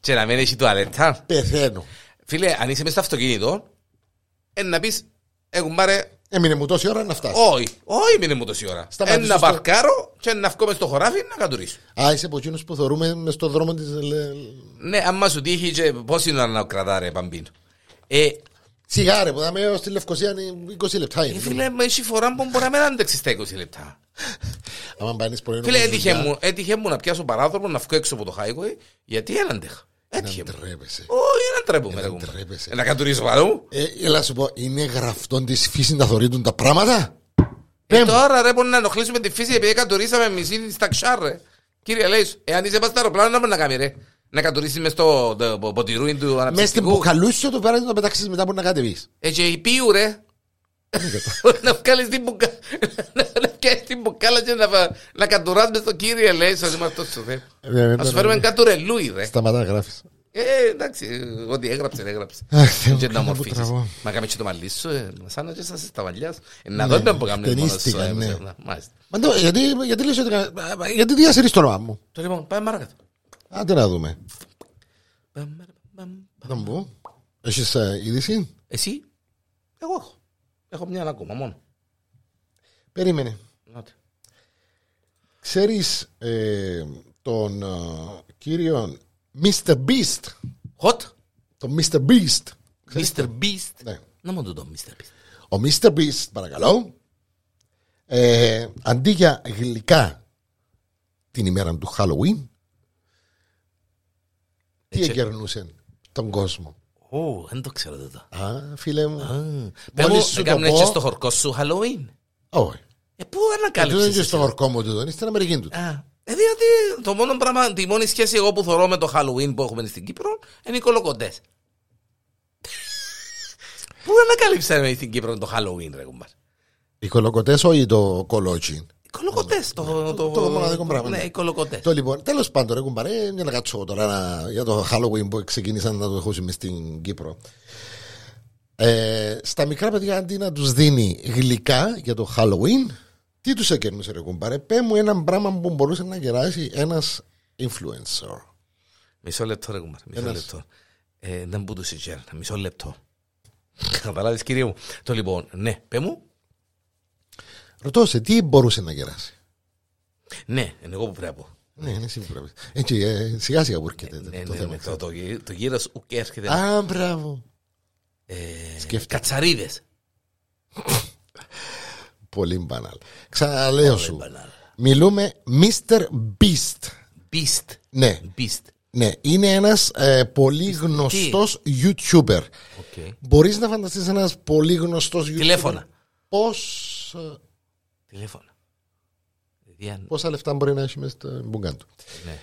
Speaker 2: και να μένει εσύ τουαλέτα.
Speaker 1: Πεθαίνω.
Speaker 2: Φίλε, αν είσαι μέσα στο αυτοκίνητο, ε, να πεις, εγώ μπάρε,
Speaker 1: Έμεινε μου τόση ώρα να φτάσει.
Speaker 2: όχι, όχι, μείνε μου τόση ώρα.
Speaker 1: Σταματήσω
Speaker 2: Ένα
Speaker 1: στο-
Speaker 2: παρκάρω και να βγω μες στο χωράφι να κατουρίσω.
Speaker 1: Α, είσαι από εκείνους που θεωρούμε μες στον δρόμο της... λε-
Speaker 2: Ναι, άμα σου τύχει, και πόση ώρα να κρατάρε, παμπίνο. Ε,
Speaker 1: Σιγάρε που δάμε έως τη Λευκοσία είναι 20 λεπτά.
Speaker 2: ε,
Speaker 1: είναι.
Speaker 2: φίλε, με έχει φορά που μπορεί να μην αντέξει τα 20 λεπτά.
Speaker 1: Άμα πάνεις πρωί...
Speaker 2: Φίλε,
Speaker 1: νομίζεις
Speaker 2: έτυχε
Speaker 1: δουλειά,
Speaker 2: μου, έτυχε μου να πιάσω παράδρομο, να βγω έξω από το highway, γιατί έναν τέχα.
Speaker 1: να
Speaker 2: Έτυχε μου.
Speaker 1: ντρέπεσαι.
Speaker 2: Όχι, έναν τρέπομαι.
Speaker 1: Έναν
Speaker 2: ρε, κουμπάρε.
Speaker 1: τρέπεσαι.
Speaker 2: Ε, Να κατουρίσω παρού.
Speaker 1: Ε, Έλα σου πω, είναι γραφτόν της φύσης να θωρείτουν τα πράγματα.
Speaker 2: Ε,
Speaker 1: Πέμπ.
Speaker 2: τώρα ρε μπορεί να ενοχλήσουμε τη φύση επειδή κατουρίσαμε μισή στα ξάρ, ρε. Κύριε Λέης, εάν είσαι πας στο αεροπλάνο να μπορεί να κάνει ρε. Να κατουρίσεις μες στο το- πο- ποτηρούι του
Speaker 1: Μες στην
Speaker 2: αναψυκτικού.
Speaker 1: μπουκαλούσιο το πέρασες να πετάξεις μετά που να κατεβείς.
Speaker 2: Ε, και η πίου ρε.
Speaker 1: Ναι,
Speaker 2: να βγάλεις την μπουκάλα να βγάλεις την μπουκάλα και να, βα- να κατουράς μες στο κύριε Λέης ότι είμαστε στο θέμα.
Speaker 1: Ε, ναι, ναι,
Speaker 2: Να σου
Speaker 1: ναι,
Speaker 2: φέρουμε
Speaker 1: ναι.
Speaker 2: κάτω ρελούι ρε.
Speaker 1: Σταματά να γράφεις.
Speaker 2: Ε, εντάξει, ε, ό,τι έγραψε, έγραψε.
Speaker 1: Αχ, Θεέ μου,
Speaker 2: Και να
Speaker 1: καλά που
Speaker 2: μορφίσεις.
Speaker 1: τραβώ.
Speaker 2: Μα κάμε και το μαλλί σου, ε, σαν να και σας στα μαλλιά σου. Ε, Να δω τι να κάνουμε μόνος σου.
Speaker 1: ταινίστηκα,
Speaker 2: ε,
Speaker 1: ναι.
Speaker 2: να- μάλιστα.
Speaker 1: Μα το- γιατί, γιατί λες ότι... κα- Γιατί διασυρείς το όνομα μου.
Speaker 2: Το λοιπόν, πάμε παρακάτω.
Speaker 1: Άντε να δούμε. Να μου πω. Έχεις ε, είδηση.
Speaker 2: Εσύ, εγώ έχω. Έχω μια ακόμα μόνο.
Speaker 1: Περίμενε.
Speaker 2: Να τη.
Speaker 1: Ξέρεις ε, τον ε, κύριο Mr. Beast.
Speaker 2: Hot,
Speaker 1: Τον Mr. Beast.
Speaker 2: Mr. Beast.
Speaker 1: Ναι.
Speaker 2: Να μου το δω, Mr. Beast.
Speaker 1: Ο Mr. Beast, παρακαλώ, ε, αντί για γλυκά την ημέρα του Halloween, τι
Speaker 2: Έτσι.
Speaker 1: εγκαιρνούσε τον κόσμο.
Speaker 2: Ω, δεν το ξέρω τούτο.
Speaker 1: Α, φίλε μου.
Speaker 2: Α, Πες μου,
Speaker 1: σου το
Speaker 2: έκαμε
Speaker 1: πω-
Speaker 2: έτσι στο χορκό σου Halloween.
Speaker 1: Όχι.
Speaker 2: Ε, πού
Speaker 1: Του είναι
Speaker 2: ανακάλυψες.
Speaker 1: και στο
Speaker 2: εσύ?
Speaker 1: χορκό μου τούτο, είναι στην Αμερική του.
Speaker 2: Α, ε, διότι το μόνο πράγμα, τη μόνη σχέση εγώ που θωρώ με το Halloween που έχουμε στην Κύπρο είναι οι κολοκοντές. Πού ανακάλυψαν στην Κύπρο το Halloween, ρε κουμπάρ.
Speaker 1: Οι κολοκοτές όχι το κολότσι.
Speaker 2: Οι κολοκοντές. Το,
Speaker 1: το- Ναι, το μοναδικό πράγμα,
Speaker 2: Ναι,
Speaker 1: ναι.
Speaker 2: οι κολοκοντές.
Speaker 1: Το λοιπόν, τέλος πάντων, ρε κουμπαρέ, για να κάτσω τώρα να- για το Halloween που ξεκίνησαν να το χώσουμε στην Κύπρο. Ε, στα μικρά παιδιά αντί να τους δίνει γλυκά για το Halloween, τι τους έκαιρνες, ρε κουμπαρέ. Πε μου ένα πράγμα που μπορούσε να κεράσει ένας influencer.
Speaker 2: Μισό λεπτό, ρε κουμπάρ. Μισό
Speaker 1: Ένας.
Speaker 2: λεπτό. Ε, δεν μπούτω σε γέρνα. Μισό λεπτό. Καταλάβεις κύριε μου. Το λοιπόν, ναι, πέ μου.
Speaker 1: Ρωτώ σε τι μπορούσε να κεράσει.
Speaker 2: Ναι, είναι εγώ που πρέπει να πω.
Speaker 1: Ναι, είναι σύμφωνα. Έτσι, ε, σιγά σιγά που έρχεται
Speaker 2: Ναι,
Speaker 1: το
Speaker 2: ναι,
Speaker 1: θέμα.
Speaker 2: ναι, το- Το γύ- το γύρος σου και έρχεται. Ε,
Speaker 1: Α, μπράβο. Σκέφτομαι.
Speaker 2: Κατσαρίδες.
Speaker 1: Πολύ μπανάλ. Ξαναλέω σου.
Speaker 2: Μπανάλ.
Speaker 1: Μιλούμε Mr. Beast.
Speaker 2: Beast.
Speaker 1: Ναι.
Speaker 2: Beast.
Speaker 1: Ναι, είναι ένας ε, πολύ γνωστός YouTuber.
Speaker 2: Οκ.
Speaker 1: Μπορείς να φανταστείς ένας πολύ γνωστός YouTuber.
Speaker 2: Τηλέφωνα.
Speaker 1: Πώς, ε,
Speaker 2: Τηλέφωνα. Διάν-
Speaker 1: πόσα λεφτά μπορεί να έχει μέσα στο μπουγκάν του.
Speaker 2: ναι.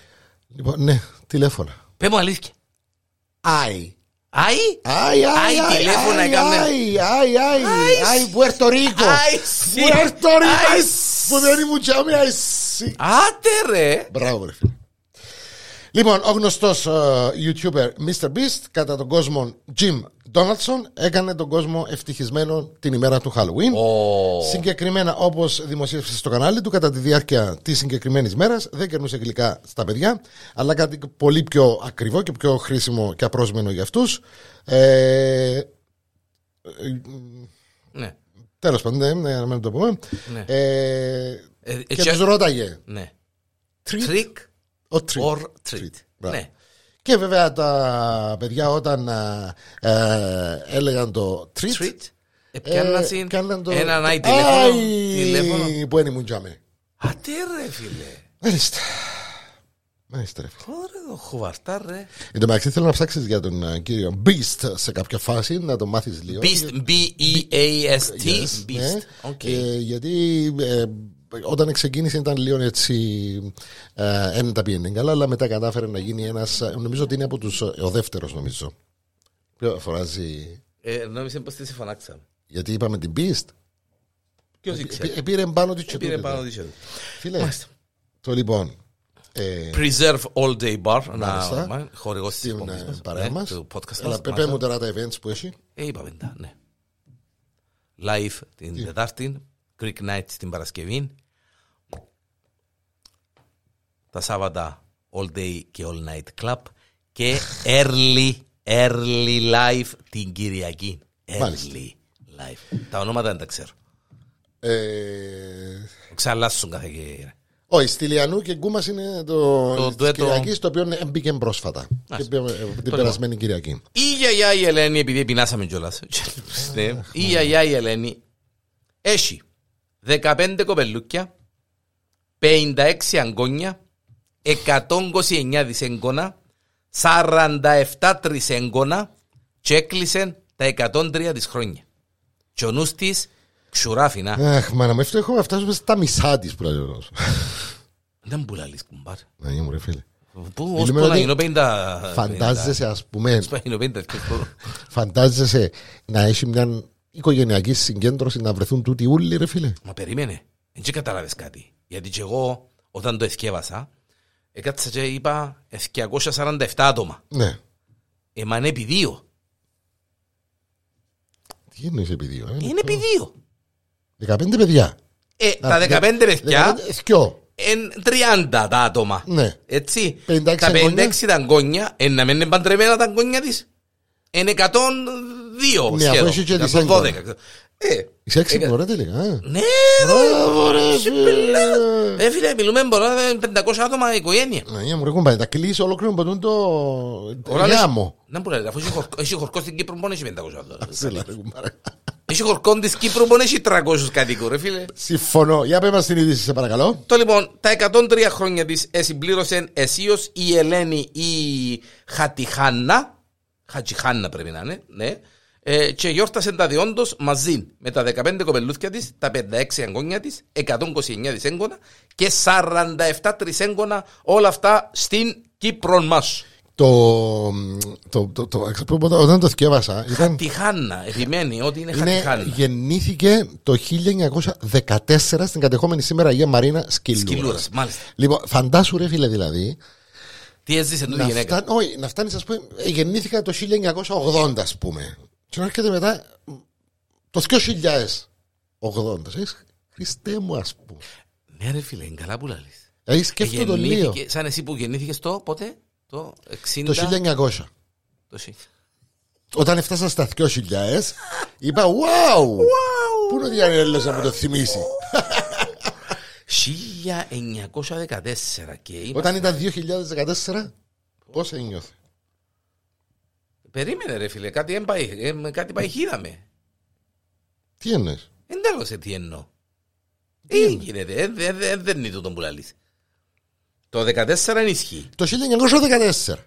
Speaker 1: Λοιπόν, ναι, τηλέφωνα.
Speaker 2: Πέ μου αλήθεια.
Speaker 1: Άι.
Speaker 2: Άι.
Speaker 1: Άι, άι,
Speaker 2: Άι,
Speaker 1: άι,
Speaker 2: τηλέφωνα
Speaker 1: άι,
Speaker 2: έκαμε.
Speaker 1: άι, άι, άι, άι, Πουέρτο Ρίκο.
Speaker 2: Άι, σι.
Speaker 1: Πουέρτο
Speaker 2: Άι,
Speaker 1: Ρίκο.
Speaker 2: σι.
Speaker 1: Που δεν ήμουν τσάμι, άι, σι.
Speaker 2: Άτε ρε.
Speaker 1: Μπράβο, ρε φίλε. Λοιπόν, ο γνωστός YouTuber Mr. Beast κατά τον κόσμο Jim Donaldson έκανε τον κόσμο ευτυχισμένο την ημέρα του Halloween.
Speaker 2: Ω.
Speaker 1: Συγκεκριμένα, όπως δημοσίευσε στο κανάλι του, κατά τη διάρκεια της συγκεκριμένης μέρας δεν κερνούσε γλυκά στα παιδιά, αλλά κάτι πολύ πιο ακριβό και πιο χρήσιμο και απρόσμενο για αυτούς. Ε,
Speaker 2: Ναι.
Speaker 1: Τέλος πάντων, ναι, ναι, να μην το πούμε.
Speaker 2: Ναι.
Speaker 1: Ε,
Speaker 2: Ε, ε,
Speaker 1: και
Speaker 2: και-
Speaker 1: του ρώταγε.
Speaker 2: Ναι.
Speaker 1: Treat
Speaker 2: Trick
Speaker 1: or treat.
Speaker 2: or treat.
Speaker 1: Μπράβο.
Speaker 2: Ναι.
Speaker 1: Και βέβαια τα παιδιά όταν α, ε, έλεγαν το treat,
Speaker 2: Treat.
Speaker 1: ε,
Speaker 2: Επιάννα συν
Speaker 1: κάναν το...
Speaker 2: έναν άι
Speaker 1: το-
Speaker 2: τηλέφωνο.
Speaker 1: Άι,
Speaker 2: Τηλέφωνο.
Speaker 1: Που είναι μουντζάμε.
Speaker 2: Ατέ ρε φίλε.
Speaker 1: Μάλιστα. Μάλιστα, ρε.
Speaker 2: Ωραία το χουβαρτά ρε.
Speaker 1: Εν τω μεταξύ θέλω να ψάξεις για τον ε, κύριο Beast σε κάποια φάση, να το μάθεις λίγο.
Speaker 2: Beast. B-E-A-S-T.
Speaker 1: Yes, ναι.
Speaker 2: Beast. Οκ.
Speaker 1: Ε, γιατί ε, όταν ξεκίνησε ήταν λίγο έτσι. ε, Ένα τα πήγαινε καλά, αλλά μετά κατάφερε να γίνει ένας. Νομίζω ότι είναι από τους. Ο δεύτερος, νομίζω. Ποιο φοράζει.
Speaker 2: Ε, Νόμιζε πως τη σε φωνάξαμε.
Speaker 1: Γιατί είπαμε την Beast.
Speaker 2: Ποιος ήξερε.
Speaker 1: Ε, Πήρε πάνω της
Speaker 2: Πήρε πάνω τη εδώ.
Speaker 1: Φίλε,
Speaker 2: Μάλιστα.
Speaker 1: το λοιπόν. ε,
Speaker 2: Preserve All Day Bar.
Speaker 1: Μάλιστα.
Speaker 2: Να χορηγός της
Speaker 1: Στην
Speaker 2: εκπομπής
Speaker 1: ε,
Speaker 2: μας.
Speaker 1: παρέα μας.
Speaker 2: Του Ναι, podcast
Speaker 1: Αλλά
Speaker 2: μα.
Speaker 1: πεπέ μου τώρα τα events που έχει.
Speaker 2: Είπαμε τα, ναι. Live την Τετάρτη. Greek Night την Παρασκευή. Τα Σάββατα All Day και All Night Club. Και Early, Early Live την Κυριακή.
Speaker 1: Μάλιστα.
Speaker 2: Early Live. Τα ονόματα δεν τα ξέρω.
Speaker 1: Ε,
Speaker 2: Ξαλλάσσουν κάθε γέρα.
Speaker 1: Όχι, στη Λιανού και Γκούμας είναι το,
Speaker 2: Το
Speaker 1: της
Speaker 2: ντουέτο.
Speaker 1: Κυριακής, το οποίο ε, μπήκε πρόσφατα. Και, ε, ε, την περασμένη Κυριακή.
Speaker 2: Η γιαγιά η Ελένη, επειδή πεινάσαμε κιόλας. η γιαγιά η Ελένη έχει 15 κοπελούκια, 56 αγκόνια, 129 δισέγγωνα, 47 τρισέγγωνα και έκλεισε τα 103 της χρόνια. Και ο νους της ξουράφινα.
Speaker 1: Αχ, μάνα μου, αυτό έχουμε να φτάσουμε στα μισά της που λέει ο Ρώσος.
Speaker 2: Δεν πουλαλείς κουμπάρ.
Speaker 1: Να είναι μου, ρε
Speaker 2: Ε,
Speaker 1: φίλε.
Speaker 2: Πού, ως
Speaker 1: Μιλούμε
Speaker 2: που να
Speaker 1: ότι
Speaker 2: γίνω 50...
Speaker 1: Φαντάζεσαι, ας πούμε,
Speaker 2: 50, να γίνω 50, και μπορώ.
Speaker 1: φαντάζεσαι να έχει μια οικογενειακή συγκέντρωση να βρεθούν τούτοι όλοι, ρε φίλε.
Speaker 2: Μα περίμενε. Δεν και καταλάβες κάτι. Γιατί και εγώ όταν το εθκεύασα, έκατσα και είπα 247 άτομα.
Speaker 1: Ναι.
Speaker 2: Εμαν επί δύο.
Speaker 1: Τι είναι επί δύο, ε,
Speaker 2: Είναι επί δύο.
Speaker 1: 15 παιδιά.
Speaker 2: Ε, τα
Speaker 1: ναι.
Speaker 2: 15 παιδιά
Speaker 1: 15 Θκυο.
Speaker 2: είναι 30 τα άτομα.
Speaker 1: Ναι.
Speaker 2: Έτσι.
Speaker 1: 56
Speaker 2: Τα
Speaker 1: εγγόνια.
Speaker 2: 56 τα αγκόνια, ε, να μην είναι παντρεμένα τα αγκόνια της, είναι 102
Speaker 1: Ναι, αφού
Speaker 2: σχεδόν.
Speaker 1: έχει και τις
Speaker 2: 112. Ε,
Speaker 1: Είσαι έξυπνο, ρε τελικά. ε.
Speaker 2: ναι,
Speaker 1: Μπράβο, ρε φίλε.
Speaker 2: ρε. Ε, φίλε, μιλούμε μπορώ, ε, 500 άτομα οικογένεια.
Speaker 1: Να είναι μου, ρε κουμπάρε, ναι, τα κλείσει ολόκληρο ποτούν το
Speaker 2: Ωραία, λες-
Speaker 1: γάμο.
Speaker 2: Να μου λέτε, αφού έχει χορκό- έχει χορκός στην Κύπρο, μόνο έχει 500 άτομα.
Speaker 1: Ζήλα, ρε κουμπάρε.
Speaker 2: Έχει χορκό της Κύπρου, μόνο έχει 300 κατοίκους, ρε φίλε.
Speaker 1: Συμφωνώ. Για πες μας την είδηση, σε παρακαλώ.
Speaker 2: Το λοιπόν, τα 103 χρόνια της εσυμπλήρωσε εσίως η Ελένη η Χατιχάννα. Χατιχάννα πρέπει να είναι, ναι. Ε, και γιόρτασε τα διόντως μαζί με τα 15 κοπελούθια της, τα 56 αγκόνια της, 129 δισέγγωνα και 47 τρισέγγωνα, όλα αυτά στην Κύπρο μας.
Speaker 1: Το, το, το, το, το- όταν το θυκεύασα, ήταν,
Speaker 2: Χατιχάννα, επιμένει ότι είναι
Speaker 1: είναι,
Speaker 2: Χατιχάννα.
Speaker 1: γεννήθηκε το 1914 στην κατεχόμενη σήμερα Αγία Μαρίνα Σκυλούρας.
Speaker 2: Σκυλούρας, μάλιστα.
Speaker 1: Λοιπόν, φαντάσου ρε φίλε δηλαδή,
Speaker 2: Τι έζησε τούτη η
Speaker 1: να,
Speaker 2: γυναίκα.
Speaker 1: φτάνει, όχι, να φτάνεις ας πούμε, ε, γεννήθηκα το 1980 ας πούμε. Και να έρχεται μετά το 2080. Έχεις, ε, Χριστέ μου ας πούμε.
Speaker 2: Ναι, ρε φίλε, είναι καλά που λαλείς.
Speaker 1: Δηλαδή σκέφτομαι το λίγο.
Speaker 2: Γεννήθηκε- Σαν εσύ που γεννήθηκες το πότε, το 60.
Speaker 1: Το 1900.
Speaker 2: το σι-
Speaker 1: Όταν έφτασα στα 2000, είπα wow! Πού είναι ο Διανέλος να μου το θυμίσει.
Speaker 2: 1914 και είμαι-
Speaker 1: Όταν ήταν 2014, πώς ένιωθε.
Speaker 2: Περίμενε ρε φίλε, κάτι, εν πάει, εμ, κάτι πάει χείρα με.
Speaker 1: Τι εννοείς.
Speaker 2: Εν τέλος, ε, τι εννοώ. Τι γίνεται, ε, δε- δε- δεν είναι τούτο που λαλείς. Το 14 ενισχύει.
Speaker 1: Το 1914.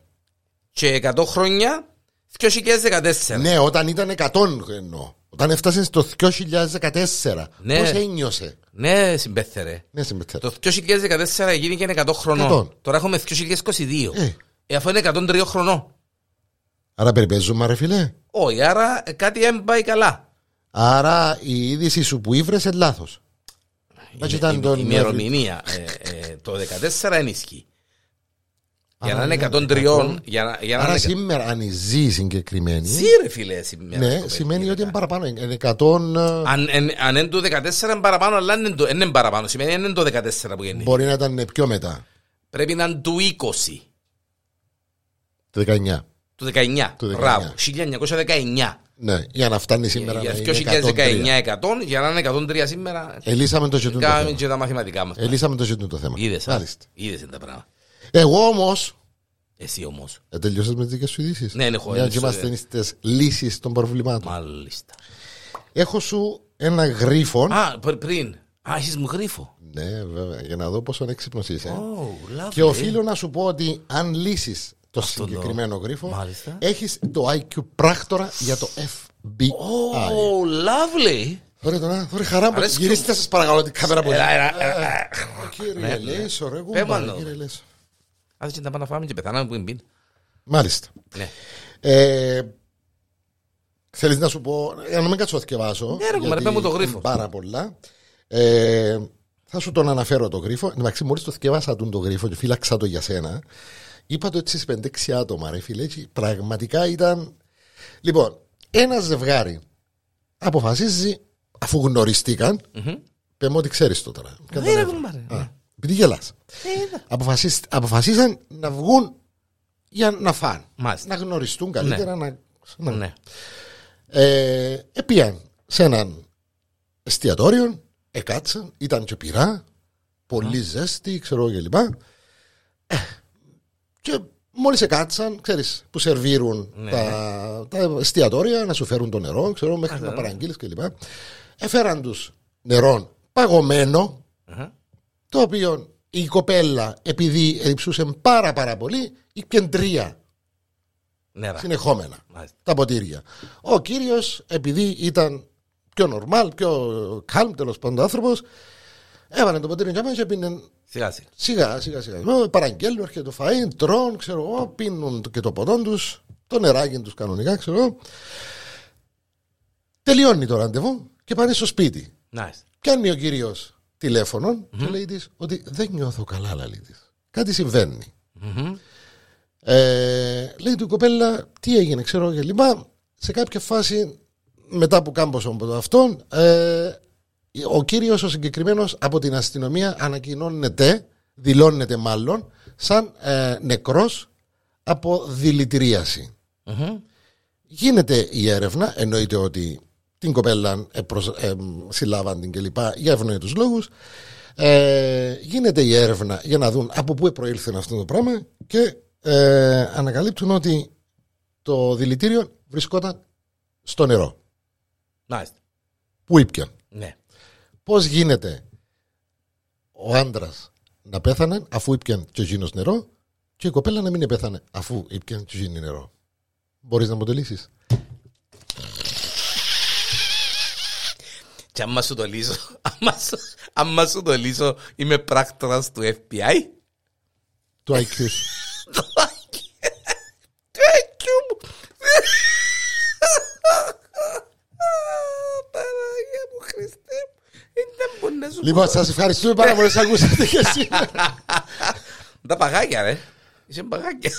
Speaker 2: Και 100 χρόνια, 2014.
Speaker 1: Ναι, όταν ήταν 100 εννοώ. Όταν έφτασε στο 2014,
Speaker 2: Ναι.
Speaker 1: πώς ένιωσε.
Speaker 2: Ναι, συμπέθερε.
Speaker 1: Ναι, συμπεθέρα.
Speaker 2: Το 2014 γίνηκε 100 χρονών.
Speaker 1: 100.
Speaker 2: Τώρα έχουμε 2022.
Speaker 1: Ε.
Speaker 2: Ε, αφού είναι 103 χρονών.
Speaker 1: Άρα περιπέζουμε, ρε φίλε.
Speaker 2: Όχι, άρα ε, κάτι δεν πάει καλά.
Speaker 1: Άρα η είδηση σου που ήβρεσε λάθος. Να
Speaker 2: Η-
Speaker 1: κοιτάνε
Speaker 2: η-
Speaker 1: τον-
Speaker 2: Η ημερομηνία ε, ε, το 14 ενίσχυει. Για
Speaker 1: Άρα
Speaker 2: να είναι
Speaker 1: είναι
Speaker 2: 103, για να, για να
Speaker 1: ναι, Άρα
Speaker 2: είναι-
Speaker 1: σήμερα, αν η ζει η συγκεκριμένη,
Speaker 2: Ζει, ρε φίλε, σήμερα. το
Speaker 1: ναι,
Speaker 2: παιδί,
Speaker 1: σημαίνει
Speaker 2: είναι
Speaker 1: ότι είναι
Speaker 2: καλά.
Speaker 1: παραπάνω. Ε, Είναι 100.
Speaker 2: Αν- εν- Αν είναι το 14 είναι παραπάνω, αλλά δεν είναι το- δεν είναι παραπάνω. Σημαίνει δεν είναι το 14 που γεννήθηκε.
Speaker 1: Μπορεί να ήταν ε, πιο μετά.
Speaker 2: Πρέπει να είναι του 20,
Speaker 1: Το 19.
Speaker 2: του 19.
Speaker 1: Του 19.
Speaker 2: Μπράβο, 1919.
Speaker 1: Ναι, για να φτάνει σήμερα.
Speaker 2: Ε, Για
Speaker 1: να
Speaker 2: το
Speaker 1: είναι
Speaker 2: 2019 100, για να είναι 103 σήμερα.
Speaker 1: Ελύσαμε το ζητούν το
Speaker 2: Κάναμε
Speaker 1: θέμα.
Speaker 2: και τα μαθηματικά μας.
Speaker 1: Ελύσαμε το ζητούν το θέμα.
Speaker 2: Είδες.
Speaker 1: Μάλιστα.
Speaker 2: Είδες τα πράγματα.
Speaker 1: Εγώ όμως.
Speaker 2: Εσύ όμως.
Speaker 1: Τελειώσες με τις δικές σου ειδήσεις.
Speaker 2: Ναι, ναι, έχω
Speaker 1: Για να
Speaker 2: έλειψη,
Speaker 1: είμαστε
Speaker 2: ε.
Speaker 1: στι λύσεις των προβλημάτων.
Speaker 2: Μάλιστα.
Speaker 1: Έχω σου ένα γρίφον.
Speaker 2: Α, πρι- πριν. Α, έχεις μου γρίφο.
Speaker 1: Ναι, βέβαια, για να δω πόσο έξυπνο είσαι.
Speaker 2: Oh, lovely.
Speaker 1: Και οφείλω να σου πω ότι αν λύσεις το
Speaker 2: Αυτό το-
Speaker 1: συγκεκριμένο γρίφο,
Speaker 2: Μάλιστα.
Speaker 1: έχεις το IQ πράκτορα για το FBI.
Speaker 2: Oh, lovely.
Speaker 1: Ωραία, τώρα, ωραία, χαρά μου.
Speaker 2: Αρέσκει
Speaker 1: Γυρίστε, σας παρακαλώ, την κάμερα από εδώ.
Speaker 2: Έλα, Ναι, έλα, έλα, έλα.
Speaker 1: Ε, Κύριε Λέισο, ρε,
Speaker 2: Πέμα
Speaker 1: γουμπάρε,
Speaker 2: το.
Speaker 1: κύριε Λέισο.
Speaker 2: Άσε και να πάμε να φάμε και πεθάναμε που είναι πίν.
Speaker 1: Μάλιστα.
Speaker 2: Ναι.
Speaker 1: Ε, Θέλεις να σου πω, για να μην κάτσω να θυκευάσω.
Speaker 2: Ναι, ρε,
Speaker 1: γιατί
Speaker 2: κουμπάρε, πες μου το γρίφο.
Speaker 1: Πάρα πολλά. Ε, θα σου τον αναφέρω το γρίφο. Εν τω μεταξύ, μόλις το θυκεύασα τον το γρίφο και φύλαξα το για σένα, είπα το έτσι σε 5-6 άτομα, ρε φίλε. έτσι, Πραγματικά ήταν. Λοιπόν, ένα ζευγάρι αποφασίζει, αφού γνωριστήκαν,
Speaker 2: Μμμ.
Speaker 1: πέμε ότι ξέρεις το τώρα.
Speaker 2: Ναι, ρε, κουμπάρε.
Speaker 1: Α, Επειδή γελάς.
Speaker 2: Ε, είδα.
Speaker 1: Αποφασίσαν να βγουν για να φάνε.
Speaker 2: Μάλιστα.
Speaker 1: Να γνωριστούν καλύτερα, να. να-
Speaker 2: Ναι.
Speaker 1: ε, επίαν σε έναν εστιατόριο, εκάτσαν, ήταν και πυρά,
Speaker 2: Ναι.
Speaker 1: πολύ ζέστη, ξέρω εγώ κλπ. Ε, Και μόλις εκάτσαν, ξέρεις, που σερβίρουν
Speaker 2: Ναι.
Speaker 1: τα, τα εστιατόρια, να σου φέρουν το νερό, ξέρω, μέχρι
Speaker 2: Καθαρό.
Speaker 1: να παραγγείλεις κλπ. Έφεραν τους νερό παγωμένο,
Speaker 2: Αχα.
Speaker 1: το οποίο η κοπέλα, επειδή ρυψούσε πάρα πάρα πολύ, ήπιε τρία
Speaker 2: Νερά.
Speaker 1: συνεχόμενα
Speaker 2: Ναι, Μάλιστα.
Speaker 1: τα ποτήρια. Ο κύριος, επειδή ήταν πιο normal, πιο calm τέλος πάντων άνθρωπος, έβαλε το ποτήρι για μέσα και πίνε
Speaker 2: Σιγά σιγά.
Speaker 1: σιγά σιγά σιγά. Ε, Παραγγέλνουν, έρχεται το φαΐν, τρών, ξέρω εγώ, πίνουν και το ποτόν τους, το νεράκι τους κανονικά, ξέρω εγώ. Τελειώνει το ραντεβού και πάνε στο σπίτι.
Speaker 2: Nice.
Speaker 1: Πιάνει ο κύριος και λέει της ότι δεν νιώθω καλά, λέει της. Κάτι συμβαίνει.
Speaker 2: Μμμ.
Speaker 1: Ε, λέει του η κοπέλα, τι έγινε, ξέρω και λοιπά. Σε κάποια φάση, μετά που κάμποσα από το αυτόν, ε, ο κύριος ο συγκεκριμένος από την αστυνομία ανακοινώνεται, δηλώνεται μάλλον, σαν ε, νεκρός από δηλητηρίαση.
Speaker 2: Μμμ.
Speaker 1: Γίνεται η έρευνα, εννοείται ότι την κοπέλα ε, προσ- ε, μ, συλλάβαν την κλπ. για ευνοϊκούς λόγους. Ε, γίνεται η έρευνα για να δουν από πού προήλθε αυτό το πράγμα και ε, ανακαλύπτουν ότι το δηλητήριο βρισκόταν στο νερό
Speaker 2: Nice.
Speaker 1: που ήπιαν.
Speaker 2: Ναι.
Speaker 1: Πώς γίνεται ο άντρας να πέθανε αφού ήπιαν και ο γίνος νερό και η κοπέλα να μην πέθανε αφού ήπιαν και ο γίνει νερό. Μπορείς να μου το λύσεις.
Speaker 2: Και άμα σου το λύσω, άμα σου- άμα σου το λύσω, είμαι πράκτορας του FBI.
Speaker 1: Το IQ σου.
Speaker 2: Thank you. Παραγία μου, Χριστέ μου. Ε, Δεν μπορεί να σου πω.
Speaker 1: Λοιπόν, σα ευχαριστούμε πάρα πολύ που ακούσατε και εσύ.
Speaker 2: Τα παγάκια, ρε. Είσαι παγάκια.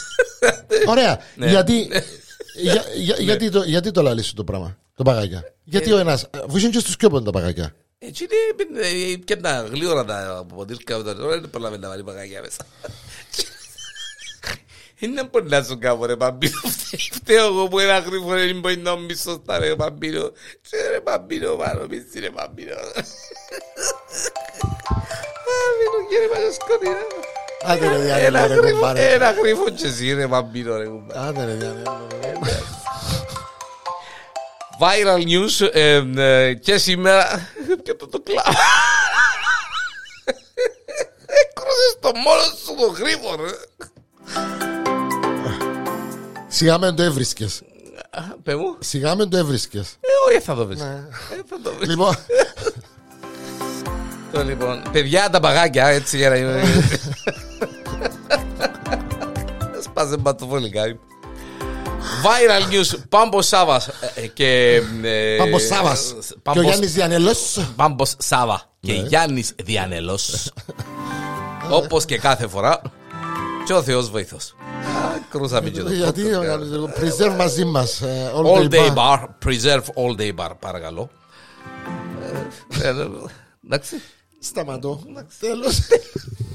Speaker 1: Ωραία.
Speaker 2: Ναι.
Speaker 1: Γιατί, για- για- γιατί, το, γιατί το λαλείς σου το πράγμα, το
Speaker 2: Ε.
Speaker 1: παγάκια. Γιατί ο ένας. Βουσίνει και στους κιόπον τα παγάκια.
Speaker 2: Έτσι είναι, ε, και τα γλύωρα τα ποτήρκα τα τώρα δεν προλαβαίνει να βάλει παγάκια μέσα. Είναι πολύ να σου κάνω ρε Παμπίνο, φταίω εγώ που ένα γρήγορο δεν μπορεί να μπει σωστά ρε Παμπίνο. Τι ρε Παμπίνο, πάνω μισή ρε Παμπίνο. Παμπίνο, κύριε Παγιοσκότη,
Speaker 1: Άντε ρε
Speaker 2: ρε.
Speaker 1: διάλειμμα,
Speaker 2: Ένα
Speaker 1: ρε
Speaker 2: γρήγορο,
Speaker 1: κουμπάρε.
Speaker 2: ένα γρήγορο και εσύ ρε Παμπίνο ρε κουμπάρε.
Speaker 1: Άντε ρε διάλειμμα.
Speaker 2: Viral news ε, ε, και σήμερα. Και το το κλαμπ. Έκρουσες το μόνος σου το γρήγορο. ε.
Speaker 1: Σιγά με το έβρισκες.
Speaker 2: Πε μου.
Speaker 1: Σιγά με το έβρισκες.
Speaker 2: Ε, όχι, θα το βρεις. Ε, θα το βρεις.
Speaker 1: Ναι. Λοιπόν,
Speaker 2: Το, Λοιπόν, παιδιά τα παγάκια, έτσι για να είναι. Σπάσε μπατοβολικά. Viral news, Πάμπος Σάβας. ε, και. ε,
Speaker 1: Πάμπος Σάβας. Και ο
Speaker 2: Πάμπος-
Speaker 1: Γιάννης Διανελός.
Speaker 2: Πάμπος Σάβα και
Speaker 1: Ναι.
Speaker 2: Γιάννης Διανέλο. Όπως και κάθε φορά. Και ο Θεός βοηθός. Κρούσαμε και το.
Speaker 1: Γιατί ο Γιάννης, το preserve μαζί ε, μα.
Speaker 2: All day bar. Preserve all day bar, παρακαλώ. Ε, ε, Εντάξει.
Speaker 1: Σταματώ. Τέλο.